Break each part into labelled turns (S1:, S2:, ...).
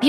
S1: 美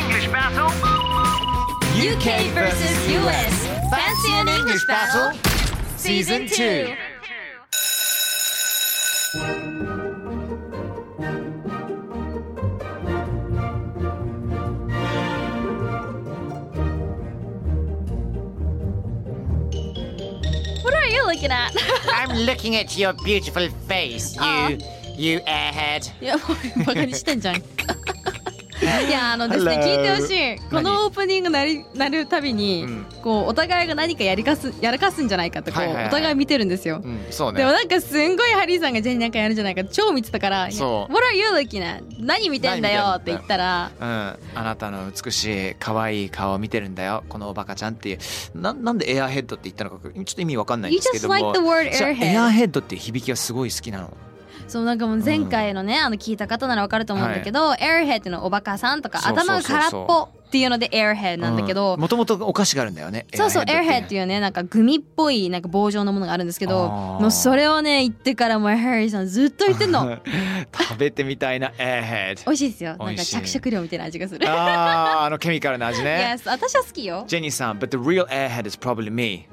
S2: English battle.
S3: UK versus US. Fancy an English battle? Season 2.
S4: I'm looking at your beautiful face, you you airhead.
S5: いやもうバカにしてん じゃん。いやあのですね
S3: Hello
S5: 聞いてほしいこのオープニングなりなるたびに、
S4: ん
S5: こうお互いが何かやりかすやらかすんじゃないかとこう、
S4: はいはいはい
S5: お互い見てるんですよ、
S4: うん、そう
S5: でも
S4: ね。
S5: なんかすんごいハリーさんがジェニーなんかやるんじゃないかって超見てたから「
S4: そう
S5: What are you looking at? 何見てんだよ」って言ったら
S4: うん、あなたの美しい可愛い顔を見てるんだよこのおバカちゃんっていうななんでエアヘッドって言ったのかちょっと意味わかんないん
S5: You
S4: ですけ
S5: just
S4: ど
S5: like
S4: も
S5: the word
S4: じゃあエア
S5: airhead
S4: ヘッドっていう響きがすごい好きなの
S5: そうなんかもう前回のね、あの聞いた方ならわかると思うんだけど、airhead ってのはおバカさんとか
S4: そうそうそう
S5: 頭が空っぽっていうので airhead なんだけど、
S4: もともとお菓子があるんだよね
S5: そうそう、エアヘッドって
S4: いう
S5: いうね、なんかグミっぽいなんか棒状のものがあるんですけど、
S4: あー
S5: もうそれをね、言ってからもうハリーさんずっと言ってん の。
S4: 食べてみたいなエアヘッ
S5: 美
S4: ド
S5: 味しいですよ。
S4: 美
S5: なん
S4: 味
S5: か
S4: しい
S5: 着色料みたいな味がする。
S4: あーあのケミカルな味ね
S5: yes, 私は好きよ。
S4: ジェニーさん but the real airhead is probably me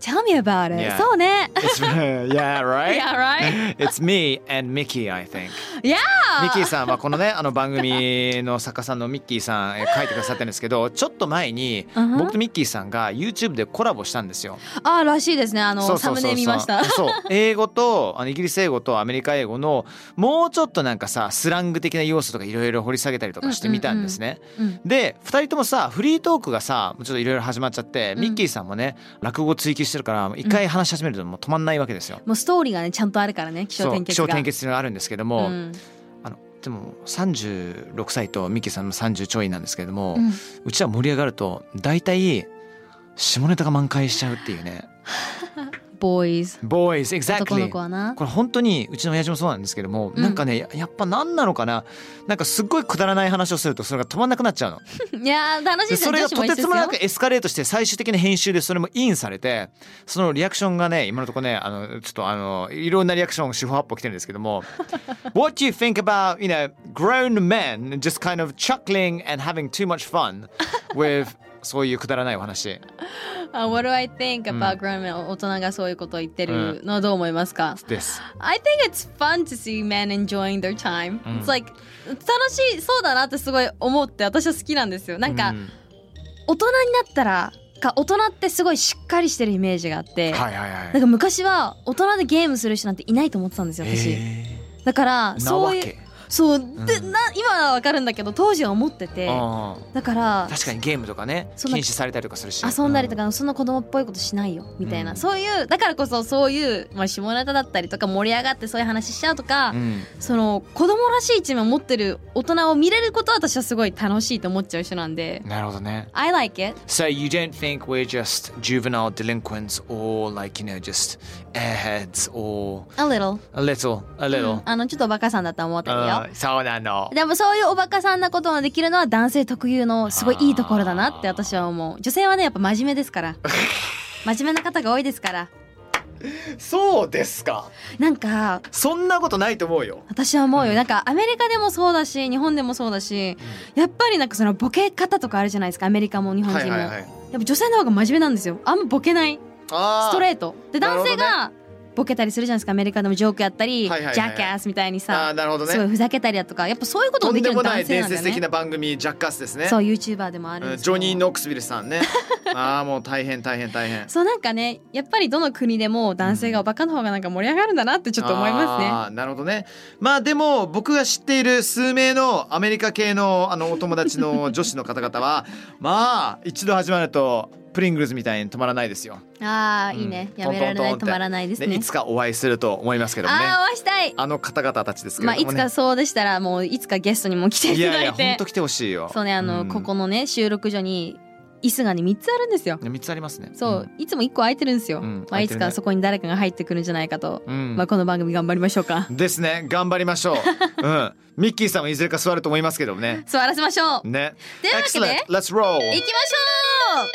S5: Tell me about it.
S4: Yeah.
S5: そうね。
S4: It's, yeah, right?
S5: Yeah, right?
S4: It's me and Mickey, I think.
S5: Yeah!
S4: ミッキーさんはこのね、あの番組の作家さんのミッキーさん、えー書いてくださってるんですけど、ちょっと前に
S5: うん
S4: 僕とミッキーさんが YouTube でコラボしたんですよ。
S5: あーらしいですね。あ
S4: そ
S5: の、
S4: うそ
S5: サ
S4: うそうそ
S5: ム
S4: う
S5: ネ見ました。
S4: そう、英語とあのイギリス英語とアメリカ英語のもうちょっとなんかさ、スラング的な要素とかいろいろ掘り下げたりとかしてみたんですね。
S5: うん
S4: で2人ともさフリートークがさちょっといろいろ始まっちゃって、
S5: うん
S4: ミッキーさんもね落語追求してるから一回話し始めるともう止まんないわけですよ。
S5: もうストーリーがね、ちゃんとあるからね、気象
S4: そう
S5: 点
S4: 気
S5: 結
S4: 象
S5: が。
S4: 転結っていうのがあるんですけど
S5: う
S4: も、
S5: ん。
S4: あのでも36歳とミッキーさんも30ちょいなんですけれども、う
S5: うん
S4: ちは盛り上がると大体下ネタが満開しちゃうっていうね。
S5: Boys。
S4: Boys
S5: 男の
S4: exactly
S5: 子はな。
S4: これ本当にうちの親父もそうなんですけども、
S5: うん
S4: なんかねややっぱ何なのかななんかすっごいくだらない話をするとそれが止まんなくなっちゃうの。
S5: いやー、楽しい
S4: で
S5: です
S4: そ
S5: ね。
S4: れ
S5: 女
S4: が
S5: 子
S4: と
S5: も一
S4: て
S5: 緒
S4: つ
S5: です
S4: もなく
S5: よ。
S4: エスカレートして最終的な編集でそれもインされてそのリアクションがね今のところねあのちょっとあのいろんなリアクション四方八方来てるんですけど も「What do you think about you know grown men just kind of chuckling and having too much fun with そういうくだらないお話
S5: あ What do I think
S4: う
S5: about
S4: ん
S5: grown men? 大人がそういうことを言ってるのはどう思いますか」
S4: です。
S5: I think it's fun to see men enjoying their time.、
S4: うん
S5: It's like 楽しそうだなってすごい思って私は好きなんですよ。なんか、
S4: う
S5: 大人になったらか大人ってすごいしっかりしてるイメージがあって、
S4: はいはいはい。
S5: なんか昔は大人でゲームする人なんていないと思ってたんですよ私。
S4: へ
S5: だから
S4: ーな
S5: そ
S4: わ
S5: ういう
S4: け。
S5: そうで、
S4: うん
S5: な今はわかるんだけど当時は思ってて
S4: うん
S5: だから
S4: 確かにゲームとかね
S5: そん
S4: 禁
S5: な
S4: 止されたりとかするし
S5: 遊んだりとか、そんな子供っぽいことしないよみたいな、
S4: うん
S5: そういうだからこそそういう、まあ、下ネタだったりとか盛り上がってそういう話しちゃうとか、
S4: うん
S5: その子供らしい一面を持ってる大人を見れることは私はすごい楽しいと思っちゃう人なんで
S4: なるほどね。
S5: I like it
S4: So you don't think we're just juvenile delinquents or like, you know, just airheads or
S5: a little
S4: a little, a
S5: うん
S4: little.
S5: あのちょっとおバカさんだと思ってるよ
S4: うんそうなの。
S5: でもそういうおバカさんなことができるのは男性特有のすごいいいところだなって私は思う女性はねやっぱ真面目です から真面目な方が多いですから
S4: そうですか。
S5: なんか
S4: そんなことないと思うよ。
S5: 私は思うよなんかアメリカでもそうだし日本でもそうだしやっぱりなんかそのボケ方とかあるじゃないですかアメリカも日本人も、やっ
S4: い。
S5: ぱ女性の方が真面目なんですよあんまボケないス
S4: あ
S5: ト
S4: ー
S5: レートで男性がボケたりするじゃないですかアメリカでもジョークやったり、
S4: はいはいはいはい
S5: ジャッキャースみたいに
S4: あ
S5: さ
S4: ーなるほどね
S5: すごいふざけたりだとかやっぱそういうこと
S4: と
S5: も
S4: ん
S5: でき
S4: で
S5: るの
S4: もない
S5: 男性
S4: 伝
S5: なんだよ
S4: 説的
S5: ね
S4: な番組ジャッカスですね
S5: そう YouTuber でもあるん
S4: うん
S5: です
S4: ジ
S5: けど
S4: ョニー・ノックスビルさん ねああもう大変大変大変
S5: そうなんかねやっぱりどの国でも男性がおバカの方がなんか盛り上がるんだなってちょっと思いま
S4: あーなるほどねまあでも僕が知っている数名のアメリカ系のあのお友達の女子の方々は まあ一度始まるとプリングルズみたいに止まらないですよ。
S5: すねああいいね
S4: うん
S5: やめられな
S4: トントン
S5: い
S4: トンって
S5: 止まらないですね
S4: ねいつかお会いすると思いますけどもね。
S5: ああお会いしたい
S4: あの方々たちですけ
S5: ま
S4: れ
S5: あ
S4: どもね。
S5: いつかそうでしたらもういつかゲストにも来て
S4: い
S5: いた
S4: や
S5: だ
S4: い
S5: い
S4: や
S5: て
S4: 本当来てほしいよ。
S5: そうねあの、
S4: ん
S5: ここのね収録所に椅子がね3つあるんですよ
S4: ね三つありますね。
S5: そう、いつも1個空いてるんですよ、
S4: うん
S5: まあ、
S4: 空い
S5: い
S4: て
S5: つ
S4: るね
S5: かそこに誰かが入ってくるんじゃないかと、
S4: うん。うん
S5: まあ、この番組頑張りましょうか
S4: ですね頑張りま しょう。うんミッキーさんはいずれか座ると思いますけどもね。
S5: 座らせましょう
S4: ね。
S5: というわけで
S4: Excellent. Let's roll.
S5: 行きましょう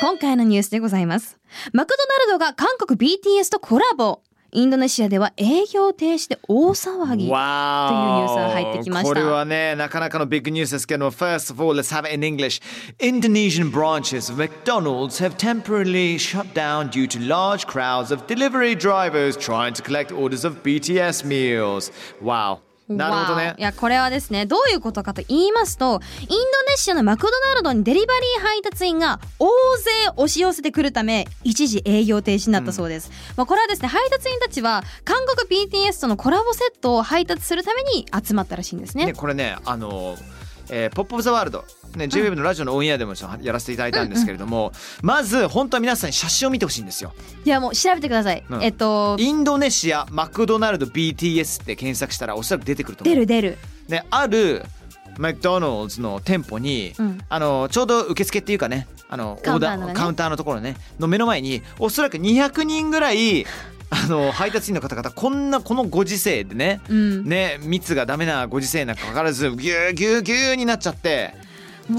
S5: 今回のニュースでございますマクドナルドが韓国 BTS とコラボインドネシアでは営業停止で大騒ぎ
S4: わーお
S5: というニュースが入ってきました
S4: これはね、なかなかのビッグニュースですけども、First of all, let's have it in English. Indonesian branches of McDonald's have temporarily shut down due to large crowds of delivery drivers trying to collect orders of BTS meals. Wow. なるほど
S5: わ
S4: ね
S5: あい。やこれはですねどういうことかと言いますとインドネシアのマクドナルドにデリバリー配達員が大勢押し寄せてくるため一時営業停止になったそうです、まあ、これはですね配達員たちは韓国 BTS とのコラボセットを配達するために集まったらしいんですね
S4: ね、これね、あの、えー、ポップオブザワールド。ね、JWEB のラジオのオンエアでもちょっとやらせていただいたんですけれども、まず本当は皆さんに写真を見てほしいんですよ。
S5: いやもう調べてください、
S4: うん
S5: えっと
S4: インドネシアマクドナルド BTS って検索したらおそらく出てくると思う
S5: 出。る出る
S4: であるマクドナルドの店舗に、
S5: うん
S4: あのちょうど受付っていうかねあの
S5: カウンターのね
S4: オダカウンターのところねの目の前におそらく200人ぐら いあの配達員の方々こんなこのご時世でね、
S5: うん
S4: ね密がダメなご時世なんかかからずギューギューギューになっちゃって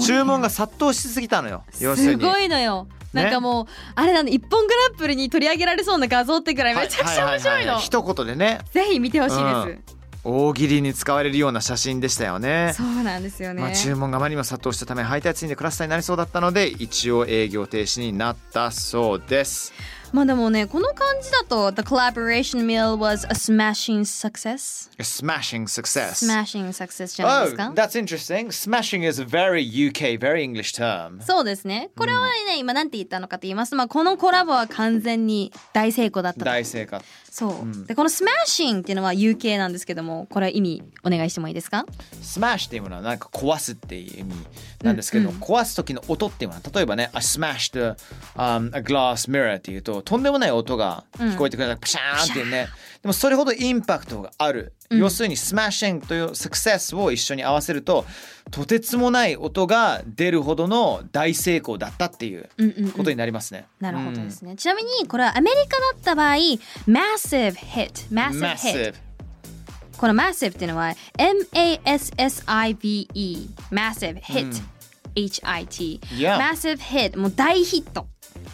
S4: 注文が殺到しすぎたのよ要する
S5: す
S4: に。
S5: ごいのよ
S4: ね
S5: なんかもう、あれなの一本グランプリに取り上げられそうな画像ってくらいめちゃくちゃ面白いの、
S4: ははは一言でね
S5: ぜひ見てほしいです、
S4: うん大喜利に使われるような写真でしたよね。
S5: そうなんですよね、
S4: まあ、注文があまりにも殺到したため配達員でクラスターになりそうだったので一応営業停止になったそうです。
S5: まあでもねこの感じだと The collaboration meal was a smashing success
S4: Smashing success.
S5: smashing success じゃないで
S4: Oh,
S5: すか
S4: that's interesting. Smashing is a very UK, very English term.
S5: そうですねこれはね、今なんて言ったのかと言いますと、まあ、このコラボは完全に大成功だったと
S4: 大正解。
S5: そう、でこの smashing っていうのは UK なんですけどもこれは意味お願いしてもいいですか
S4: Smash っていうものはなんか壊すっていう意味なんですけど、壊す時の音っていうのは例えばね、I smashed、um, a glass mirror っていうととんでもない音が聞こえてくる、プシャーンっていうね。でもそれほどインパクトがある。要するに Smashing という Success を一緒に合わせるととてつもない音が出るほどの大成功だったっていう
S5: うんうん、うん
S4: ことになりますね。
S5: なるほどですね、ちなみにこれはアメリカだった場合 massive hit massive hit
S4: Massive。
S5: この massive っていうのは massive massive hit、hit
S4: Yeah
S5: massive hit もう大ヒット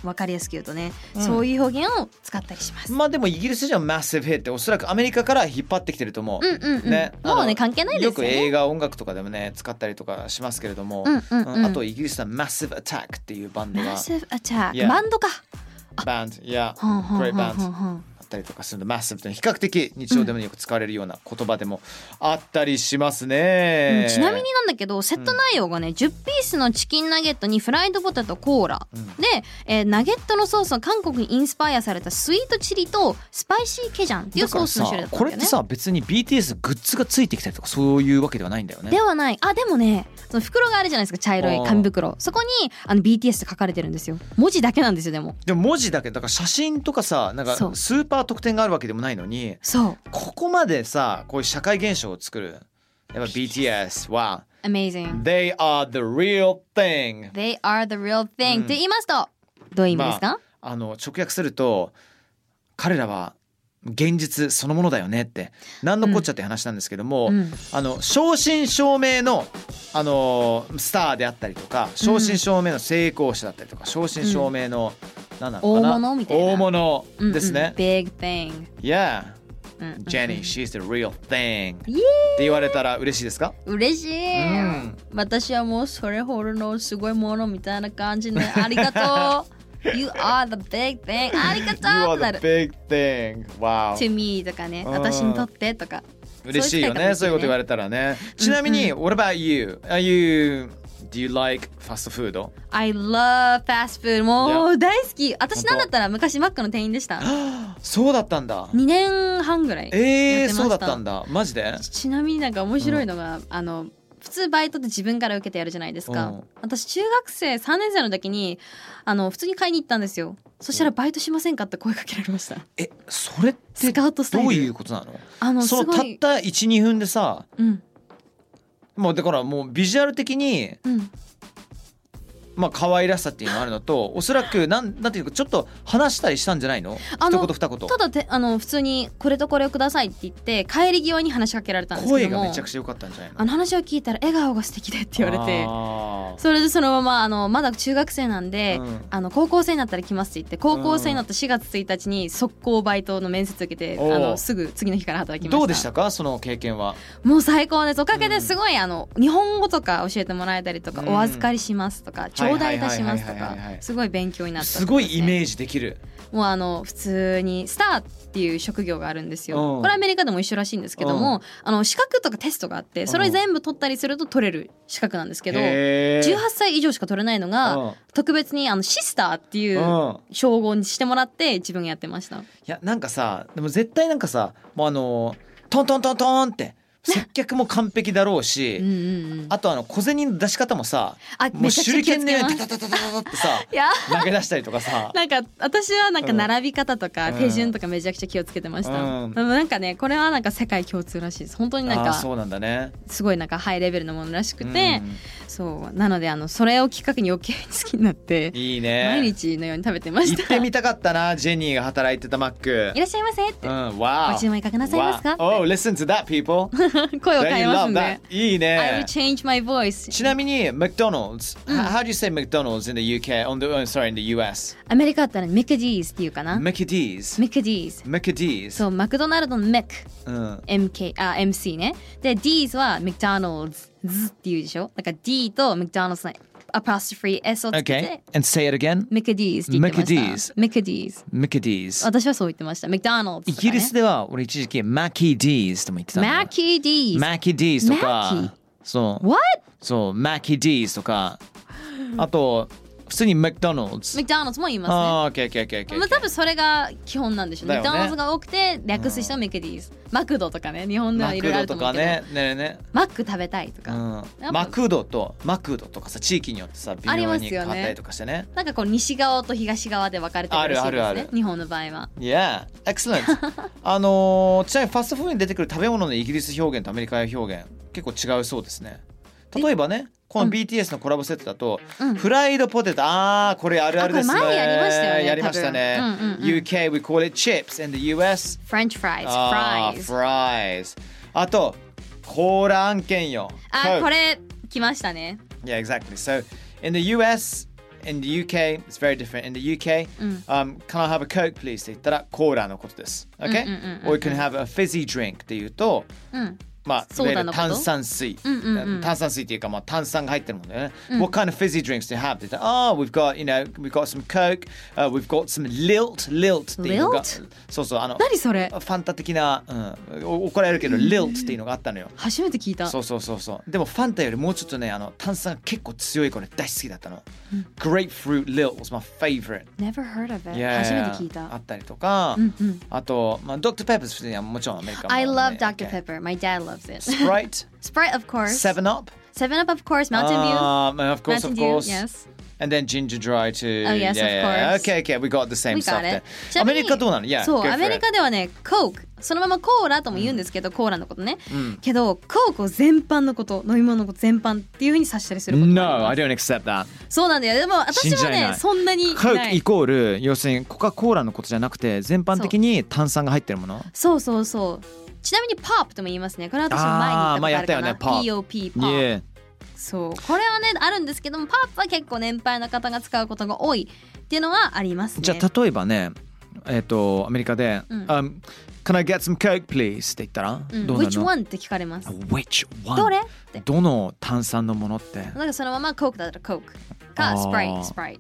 S5: わかりやすく言うとね、そういう表現を使ったりします、
S4: まあでもイギリスじゃ Massive Hit っておそらくアメリカから引っ張ってきてると思う。
S5: うんうんうん
S4: ね、
S5: もう
S4: あ
S5: ね
S4: の
S5: 関係ないですよ
S4: く
S5: ね
S4: 映画音楽とかでもね使ったりとかしますけれども、
S5: うんうんうん
S4: あとイギリスは Massive Attack っていうバンドが
S5: massive attack、
S4: Yeah
S5: バンドか
S4: バンド、いや、
S5: ほんほん
S4: Great
S5: ほん
S4: Band
S5: ほんほん
S4: あったりとかするので Massive って比較的日常でもよく使われるような言葉でもあったりしますね。
S5: うんちなみになんだけどセット内容がね、10ピースのチキンナゲットにフライドポテトコーラ、で、えーナゲットのソースは韓国にインスパイアされたスイートチリとスパイシーケジャンっていう
S4: だ
S5: ソ
S4: か
S5: ー
S4: ら
S5: スの種類
S4: さ
S5: だったん
S4: これ
S5: だ
S4: っ
S5: よ
S4: て
S5: ね。
S4: さ別に BTS グッズがついてきたりとかそういうわけではないんだよね
S5: で。はないあでもねその袋があるじゃないですか茶色い紙袋そこにあの BTS って書かれてるんですよ文字だけなんですよでも
S4: でも文字だけだから写真とかさなんかス
S5: そう
S4: ーパー特典があるわけでもないのに。
S5: そう
S4: ここまでさこういう社会現象を作るやっぱ BTS は
S5: Amazing
S4: They are the real thing
S5: They are the real thing、
S4: うん
S5: って言いますとどういう意味ですか、
S4: あの直訳すると彼らは現実そのものだよねって何のこっちゃって話なんですけども、
S5: うん
S4: あの正真正銘のあのスターであったりとか正真正銘の成功者だったりとか正真正銘の、何なのかな
S5: 大物みたいな
S4: 大物
S5: うんうん
S4: ですね、
S5: Big thing、
S4: Yeah
S5: うんうん
S4: Jenny she's the real thing って
S5: イエーイ
S4: 言われたら嬉しいですか
S5: 嬉しい、
S4: うん
S5: 私はもうそれほどのすごいものみたいな感じねありがとう You are the big thing ありがと
S4: You are
S5: うってなる
S4: the big thing. Wow.
S5: To me とかね
S4: うん
S5: 私にとってとか
S4: 嬉しいよね。そ
S5: そうう
S4: い
S5: い
S4: こと
S5: うう使い方ですよね
S4: 言われたらね。ちなみに、What about you? Are you do you like fast food?
S5: I love fast food もう大好き私
S4: 本当
S5: なんだったら昔マックの店員でした
S4: そうだったんだ。
S5: 2年半ぐらい
S4: え
S5: や
S4: え
S5: ってました
S4: そうだったんだ。マジで？
S5: ちちなみになんか面白いのが、あの普通バイトって自分から受けてやるじゃないですか、
S4: うん
S5: 私中学生3年生の時にあの普通に買いに行ったんですよそしたらバイトしませんかって声かけられました
S4: え、それって
S5: ス
S4: ど
S5: カウトスタイル
S4: ういうことなの？
S5: あのす
S4: その
S5: ご
S4: たっ
S5: い
S4: た一二分でさ、
S5: うん
S4: もうだからもうビジュアル的に
S5: うん
S4: まあ可愛らしさっていうのがあるの と、おそらくなんなんていうかちょっと話したりしたんじゃないの？
S5: あの
S4: 一言二言。
S5: ただてあの普通にこれとこれをくださいって言って帰り際に話しかけられたんですけ
S4: 声
S5: ども
S4: がめちゃくちゃ良かったんじゃないの
S5: あ？の話を聞いたら笑顔が素敵でって言われて
S4: あー
S5: それでそのままあのまだ中学生なんで、
S4: うん
S5: あの高校生になったら来ますって言って高校生になった4月1日に速攻バイトの面接受けて、
S4: おう
S5: あのすぐ次の日から働きました
S4: どうでしたかその経験は？
S5: もう最高ですおかげ
S4: うん
S5: ですごい、あの日本語とか教えてもらえたりとか、
S4: うん
S5: お預かりしますとか頂戴いたしますと
S4: はいはいは
S5: か
S4: いはいはい
S5: すごい勉強になった
S4: すごいイ
S5: ー
S4: メージできる。
S5: ジもうあの普通にスターっていう職業があるんです
S4: う
S5: よ
S4: ん
S5: これアメリカでも一緒らしいんですけどもあの資格とかテストがあってそれ全部取ったりすると取れる資格なんですけど
S4: へー
S5: 18歳以上しか取れないのが
S4: うん
S5: 特別にあのシスターっていう
S4: うん
S5: 称号にしてもらって自分がやってました
S4: いやなんかさでも絶対なんかさもうあのトントントントンって接客も完璧だろう
S5: うん
S4: し、
S5: うんうん
S4: あとあの小銭の出し方もさ
S5: あ
S4: も
S5: め
S4: う
S5: ちゃく
S4: 手
S5: ちゃ
S4: 裏
S5: 気を
S4: 剣
S5: つ
S4: のようにタタタ
S5: けます
S4: タタタってさ
S5: い や
S4: 投げ出したりとかさ。
S5: なんか私はなん
S4: う
S5: か
S4: ん
S5: 並び方とか
S4: うん
S5: 手順とかめちゃくちゃ気をつけてました、
S4: うん
S5: でもなんかねこれはなんか世界共通らしいです本当になん
S4: あー
S5: か
S4: そうなんだね。
S5: すごいなんかハイレベルなものらしく
S4: うん
S5: て、そうなのであのそれをきっかけに余計に好きになって
S4: いいね。
S5: 毎日のように食べてまし
S4: 行
S5: た
S4: ってみたかったなジェニーが働いてたマック
S5: い。らっしゃいませっ
S4: う
S5: て、
S4: ん、わ
S5: ご注文いかがなさいますか
S4: Oh, listen to that, people.
S5: 声を
S4: Don't
S5: 変
S4: you
S5: えます
S4: love
S5: んで
S4: that? いい
S5: I will
S4: ね。
S5: change my voice
S4: ちなみに McDonald's、How do you say McDonald's in the UK? On the, oh, sorry, in the US.
S5: アメリカだったらミクディーズっていうかな
S4: McD's。
S5: ミクディーズ
S4: McD's。
S5: そうマクドナルドのメック
S4: うん。あ
S5: MK あ MC ねで D's は McDonald's っていうでしょだから D と McDonald's のアパストフリー S をつけ
S4: Okay.
S5: て
S4: And say it again.
S5: McD's って言ってました McD's
S4: McD's。
S5: 私はそう言ってました McDonald's
S4: イギリスでは俺一時期 MacD's とも言ってたんだ。
S5: マッキー D's
S4: MacD's とか
S5: Mackie。
S4: そう。
S5: What?
S4: そう。MacD's とか。あと、普通に McDonald's。
S5: McDonald's も言いますね
S4: ああ、OK、OK、OK。
S5: まあ多分それが基本なんでしょうね
S4: だよね
S5: McDonald's が多くて略す人は McD's マクドとかね日本では
S4: マ
S5: いろ
S4: ク
S5: いろあ
S4: ド
S5: ると
S4: と
S5: 思う
S4: か
S5: けど
S4: ね。ねえね
S5: マック食べたいと
S4: え。う
S5: か、
S4: ん
S5: ぱ。
S4: マクドとマクドとかさ、地域によってさ、微
S5: あり
S4: 妙
S5: ます
S4: に
S5: よね
S4: 変わったりとかしてね。
S5: なんかこう西側と東側で分かれてるらしいですね
S4: あるあるある
S5: 日本の場合は
S4: Yeah, excellent. あのーちなみにファストフードに出てくる食べ物のイギリス表現とアメリカ表現結構違うそうですね。例えばね、この BTS のコラボセットだと、フライドポテト、ああ、これあるあるですね。
S5: あこれ前やりましたよね
S4: やりましたね
S5: 多分うんうんうん
S4: UK, we call it chips. In the US,
S5: French fries
S4: あー
S5: fries
S4: fries. あと、コーラ案件よ。
S5: あ
S4: Coke.
S5: これ来ましたね
S4: Yeah, exactly. So in the US, in the UK, it's very different. In the UK, um, can I have a Coke, please? って言ったらコーラのことです。Okay? Or you can have a fizzy drink って言うと、まあ、い
S5: ソ
S4: わ
S5: ー
S4: ゆ
S5: ダ
S4: る
S5: のこと
S4: 炭酸水。炭酸水っていうか、まあ、炭酸が入ってるもんだよね。What kind of fizzy drinks do you have? って言ったら、oh, we've got, you know, we've got some Coke,、uh, we've got some lilt, lilt uh, っていうのが。
S5: Lilt？
S4: そうそう、あの、
S5: 何それ
S4: ファンタ的な、うん、お怒られるけど、lilt っていうのがあったのよ。
S5: 初めて聞いた
S4: そうそうそうそうでもファンタよりもうちょっとねあの炭酸が結構強いこれ大好きだったの、Grapefruit Lilt was my favorite
S5: Never heard of it
S4: いやや
S5: 初め
S4: や
S5: て聞い
S4: あ
S5: た
S4: ったりとか、あと、まあ、Dr. Pepper's 普通にはもちろんアメリカも、
S5: I love Dr.
S4: Okay.
S5: Pepper my dad loves it
S4: Sprite
S5: Sprite of course
S4: Seven Up
S5: Seven Up of course Mountain Dew
S4: Um, of course
S5: Mountain
S4: of
S5: Dew
S4: course
S5: yes
S4: and then Ginger Dry too
S5: Oh, yes, of course.
S4: okay okay we got the same
S5: We
S4: stuff
S5: got it ち
S4: ア
S5: なみ
S4: メ
S5: に
S4: リカどうなの Yeah
S5: そう
S4: go for
S5: アメリ
S4: it.
S5: カではね Coke そのままコーラとも言うんですけどコーラのことねけど Coke を全般のこと飲み物のこと全般っていうふうに指したりすることも
S4: No
S5: あ
S4: I
S5: ります
S4: don't accept that
S5: そうなんだよでも私
S4: 信じら
S5: も
S4: れない
S5: ねそんなにな
S4: Coke イ
S5: い
S4: コール要するにコカ・コーラのことじゃなくて全般的に炭酸が入ってるもの
S5: そうそうそうちなみに Pop とも言いますねこれは私も
S4: あー
S5: 前に言ったことあるかな
S4: 前や
S5: POP Pop
S4: Yeah
S5: そうこれはねあるんですけどもパープは結構年配の方が使うことが多いっていうのはありますね
S4: じゃあ例えばねえっ、とアメリカで、
S5: ん
S4: um, Can I get some coke please? って言ったら、
S5: うん
S4: どうなる
S5: Which
S4: の
S5: one? って聞かれます
S4: Which one?
S5: どれって
S4: どの炭酸のものって
S5: なんかそのまま Coke だったら Coke か
S4: あー
S5: Sprite Sprite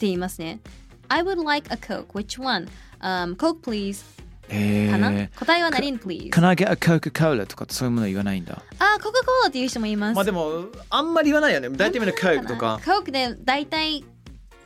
S5: 言いますね。I would like a Coke. Which one?、Um, Coke, please.
S4: え
S5: かな、
S4: ー、
S5: 答えは何 please?
S4: Can I get a Coca-Cola とかそういうもの言わないんだ。
S5: あー、コカ・コーラっていう人もいます。
S4: まあでも、あんまり言わないよね。大体みんな Coke とか。
S5: Coke で大体、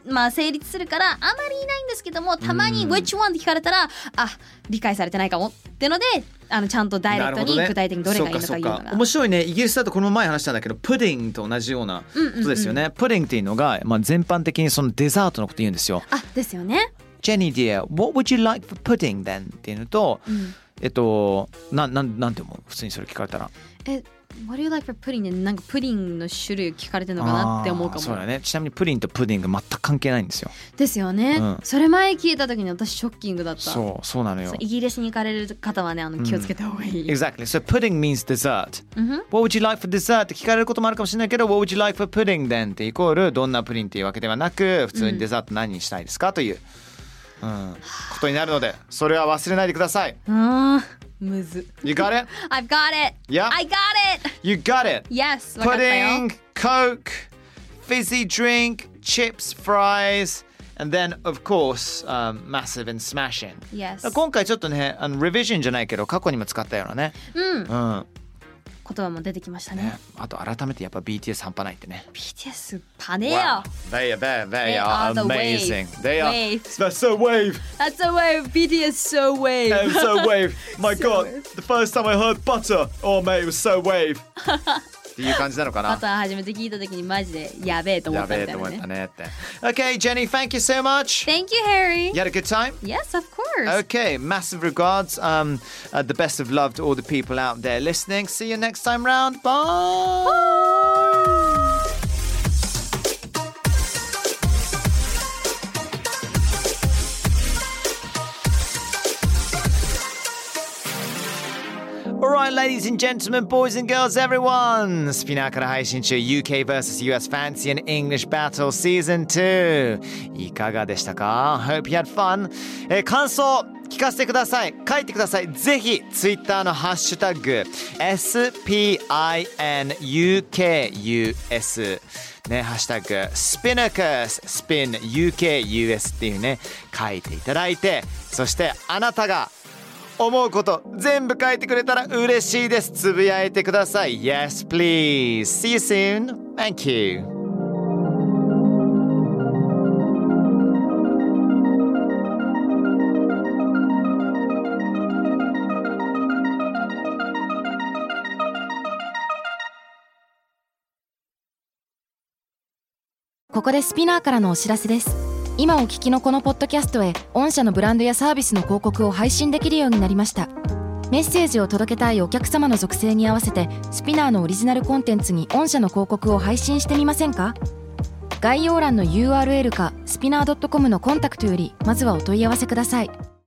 S5: まあ、成立するからあまりいないんですけどもたまに
S4: う
S5: 「
S4: ん
S5: Which one?」って聞かれたらあ理解されてないかもってのであのちゃんとダイレクトに具体的にどれがいいのか
S4: そ
S5: 言
S4: う
S5: う
S4: か
S5: の
S4: そう
S5: が
S4: か面白いねイギリスだとこの前話したんだけどプディングと同じようなことですよね、プディングっていうのが、まあ、全般的にそのデザートのこと言うんですよ
S5: あですよね、
S4: ジェニー dear what would you like for pudding then っていうのと
S5: うん、
S4: えっとなんなんなんて思う普通にそれ聞かれたら
S5: What do you like for pudding? でなんかプリンの種類聞かれてるのかなって思うか
S4: あーそうだ
S5: も、
S4: ねちなみにプリンとプディング全く関係ないんですよ
S5: ですよね、
S4: うん
S5: それ前聞いた時に私ショッキングだった
S4: そうそうなのよ
S5: そうイギリスに行かれる方はねあの気をつけた方がいい、
S4: Exactly so pudding means dessert
S5: うんふん
S4: What would you like for dessert? って聞かれることもあるかもしれないけど What would you like for pudding then? ってイコールどんなプリンっていうわけではなく普通にデザート何にしたいですか、という、うん、ことになるのでそれは忘れないでください
S5: あーむず
S4: You got it?
S5: I've got it!
S4: Yeah.
S5: I got it!
S4: You got it!
S5: Yes! わかったよ
S4: Pudding, Coke, fizzy drink, chips, fries and then of course、um, massive and smashing
S5: Yes
S4: 今回ちょっとねあの revision じゃないけど過去にも使ったようなね
S5: うん
S4: うんあ
S5: 言葉も出てきましたね
S4: と改めてやっぱ BTS 半端ないってね
S5: BTS パネよ、
S4: Wow. They are they, they,
S5: They
S4: are,
S5: are the
S4: amazing.
S5: wave.
S4: They are
S5: Wave.
S4: they're so wave.
S5: That's the way BTS so wave
S4: They're so wave. My
S5: So
S4: god.
S5: wave.
S4: The first time I heard butter. Oh mate, it was so wave. っていう感じなのか
S5: バ
S4: な
S5: タ。ー初めて聞いた時にマジでやべえと思
S4: や
S5: った
S4: べえ
S5: みたい
S4: と
S5: な
S4: 思っ
S5: ね
S4: たねって。Okay, Jenny, thank you so much.
S5: Thank you Harry
S4: You had a good time?
S5: Yes of course
S4: Okay, massive regards. Um, uh, the best of love to all the people out there listening. See you next time round. Bye. Alright, ladies and gentlemen, boys and girls, everyone! スピナーから配信中 UK vs.US Fancy and English Battle Season 2! いかがでしたか ?Hope you had fun! えー感想聞かせてください書いてくださいぜひ Twitter のハッシュタグ SPINUKUS ね、ハッシュタグ、スピナカス、スピン UKUS っていうね、書いていただいて、そしてあなたが思うこと全部書いてくれたら嬉しいです。つぶやいてください。Yes, please. See you soon. Thank you.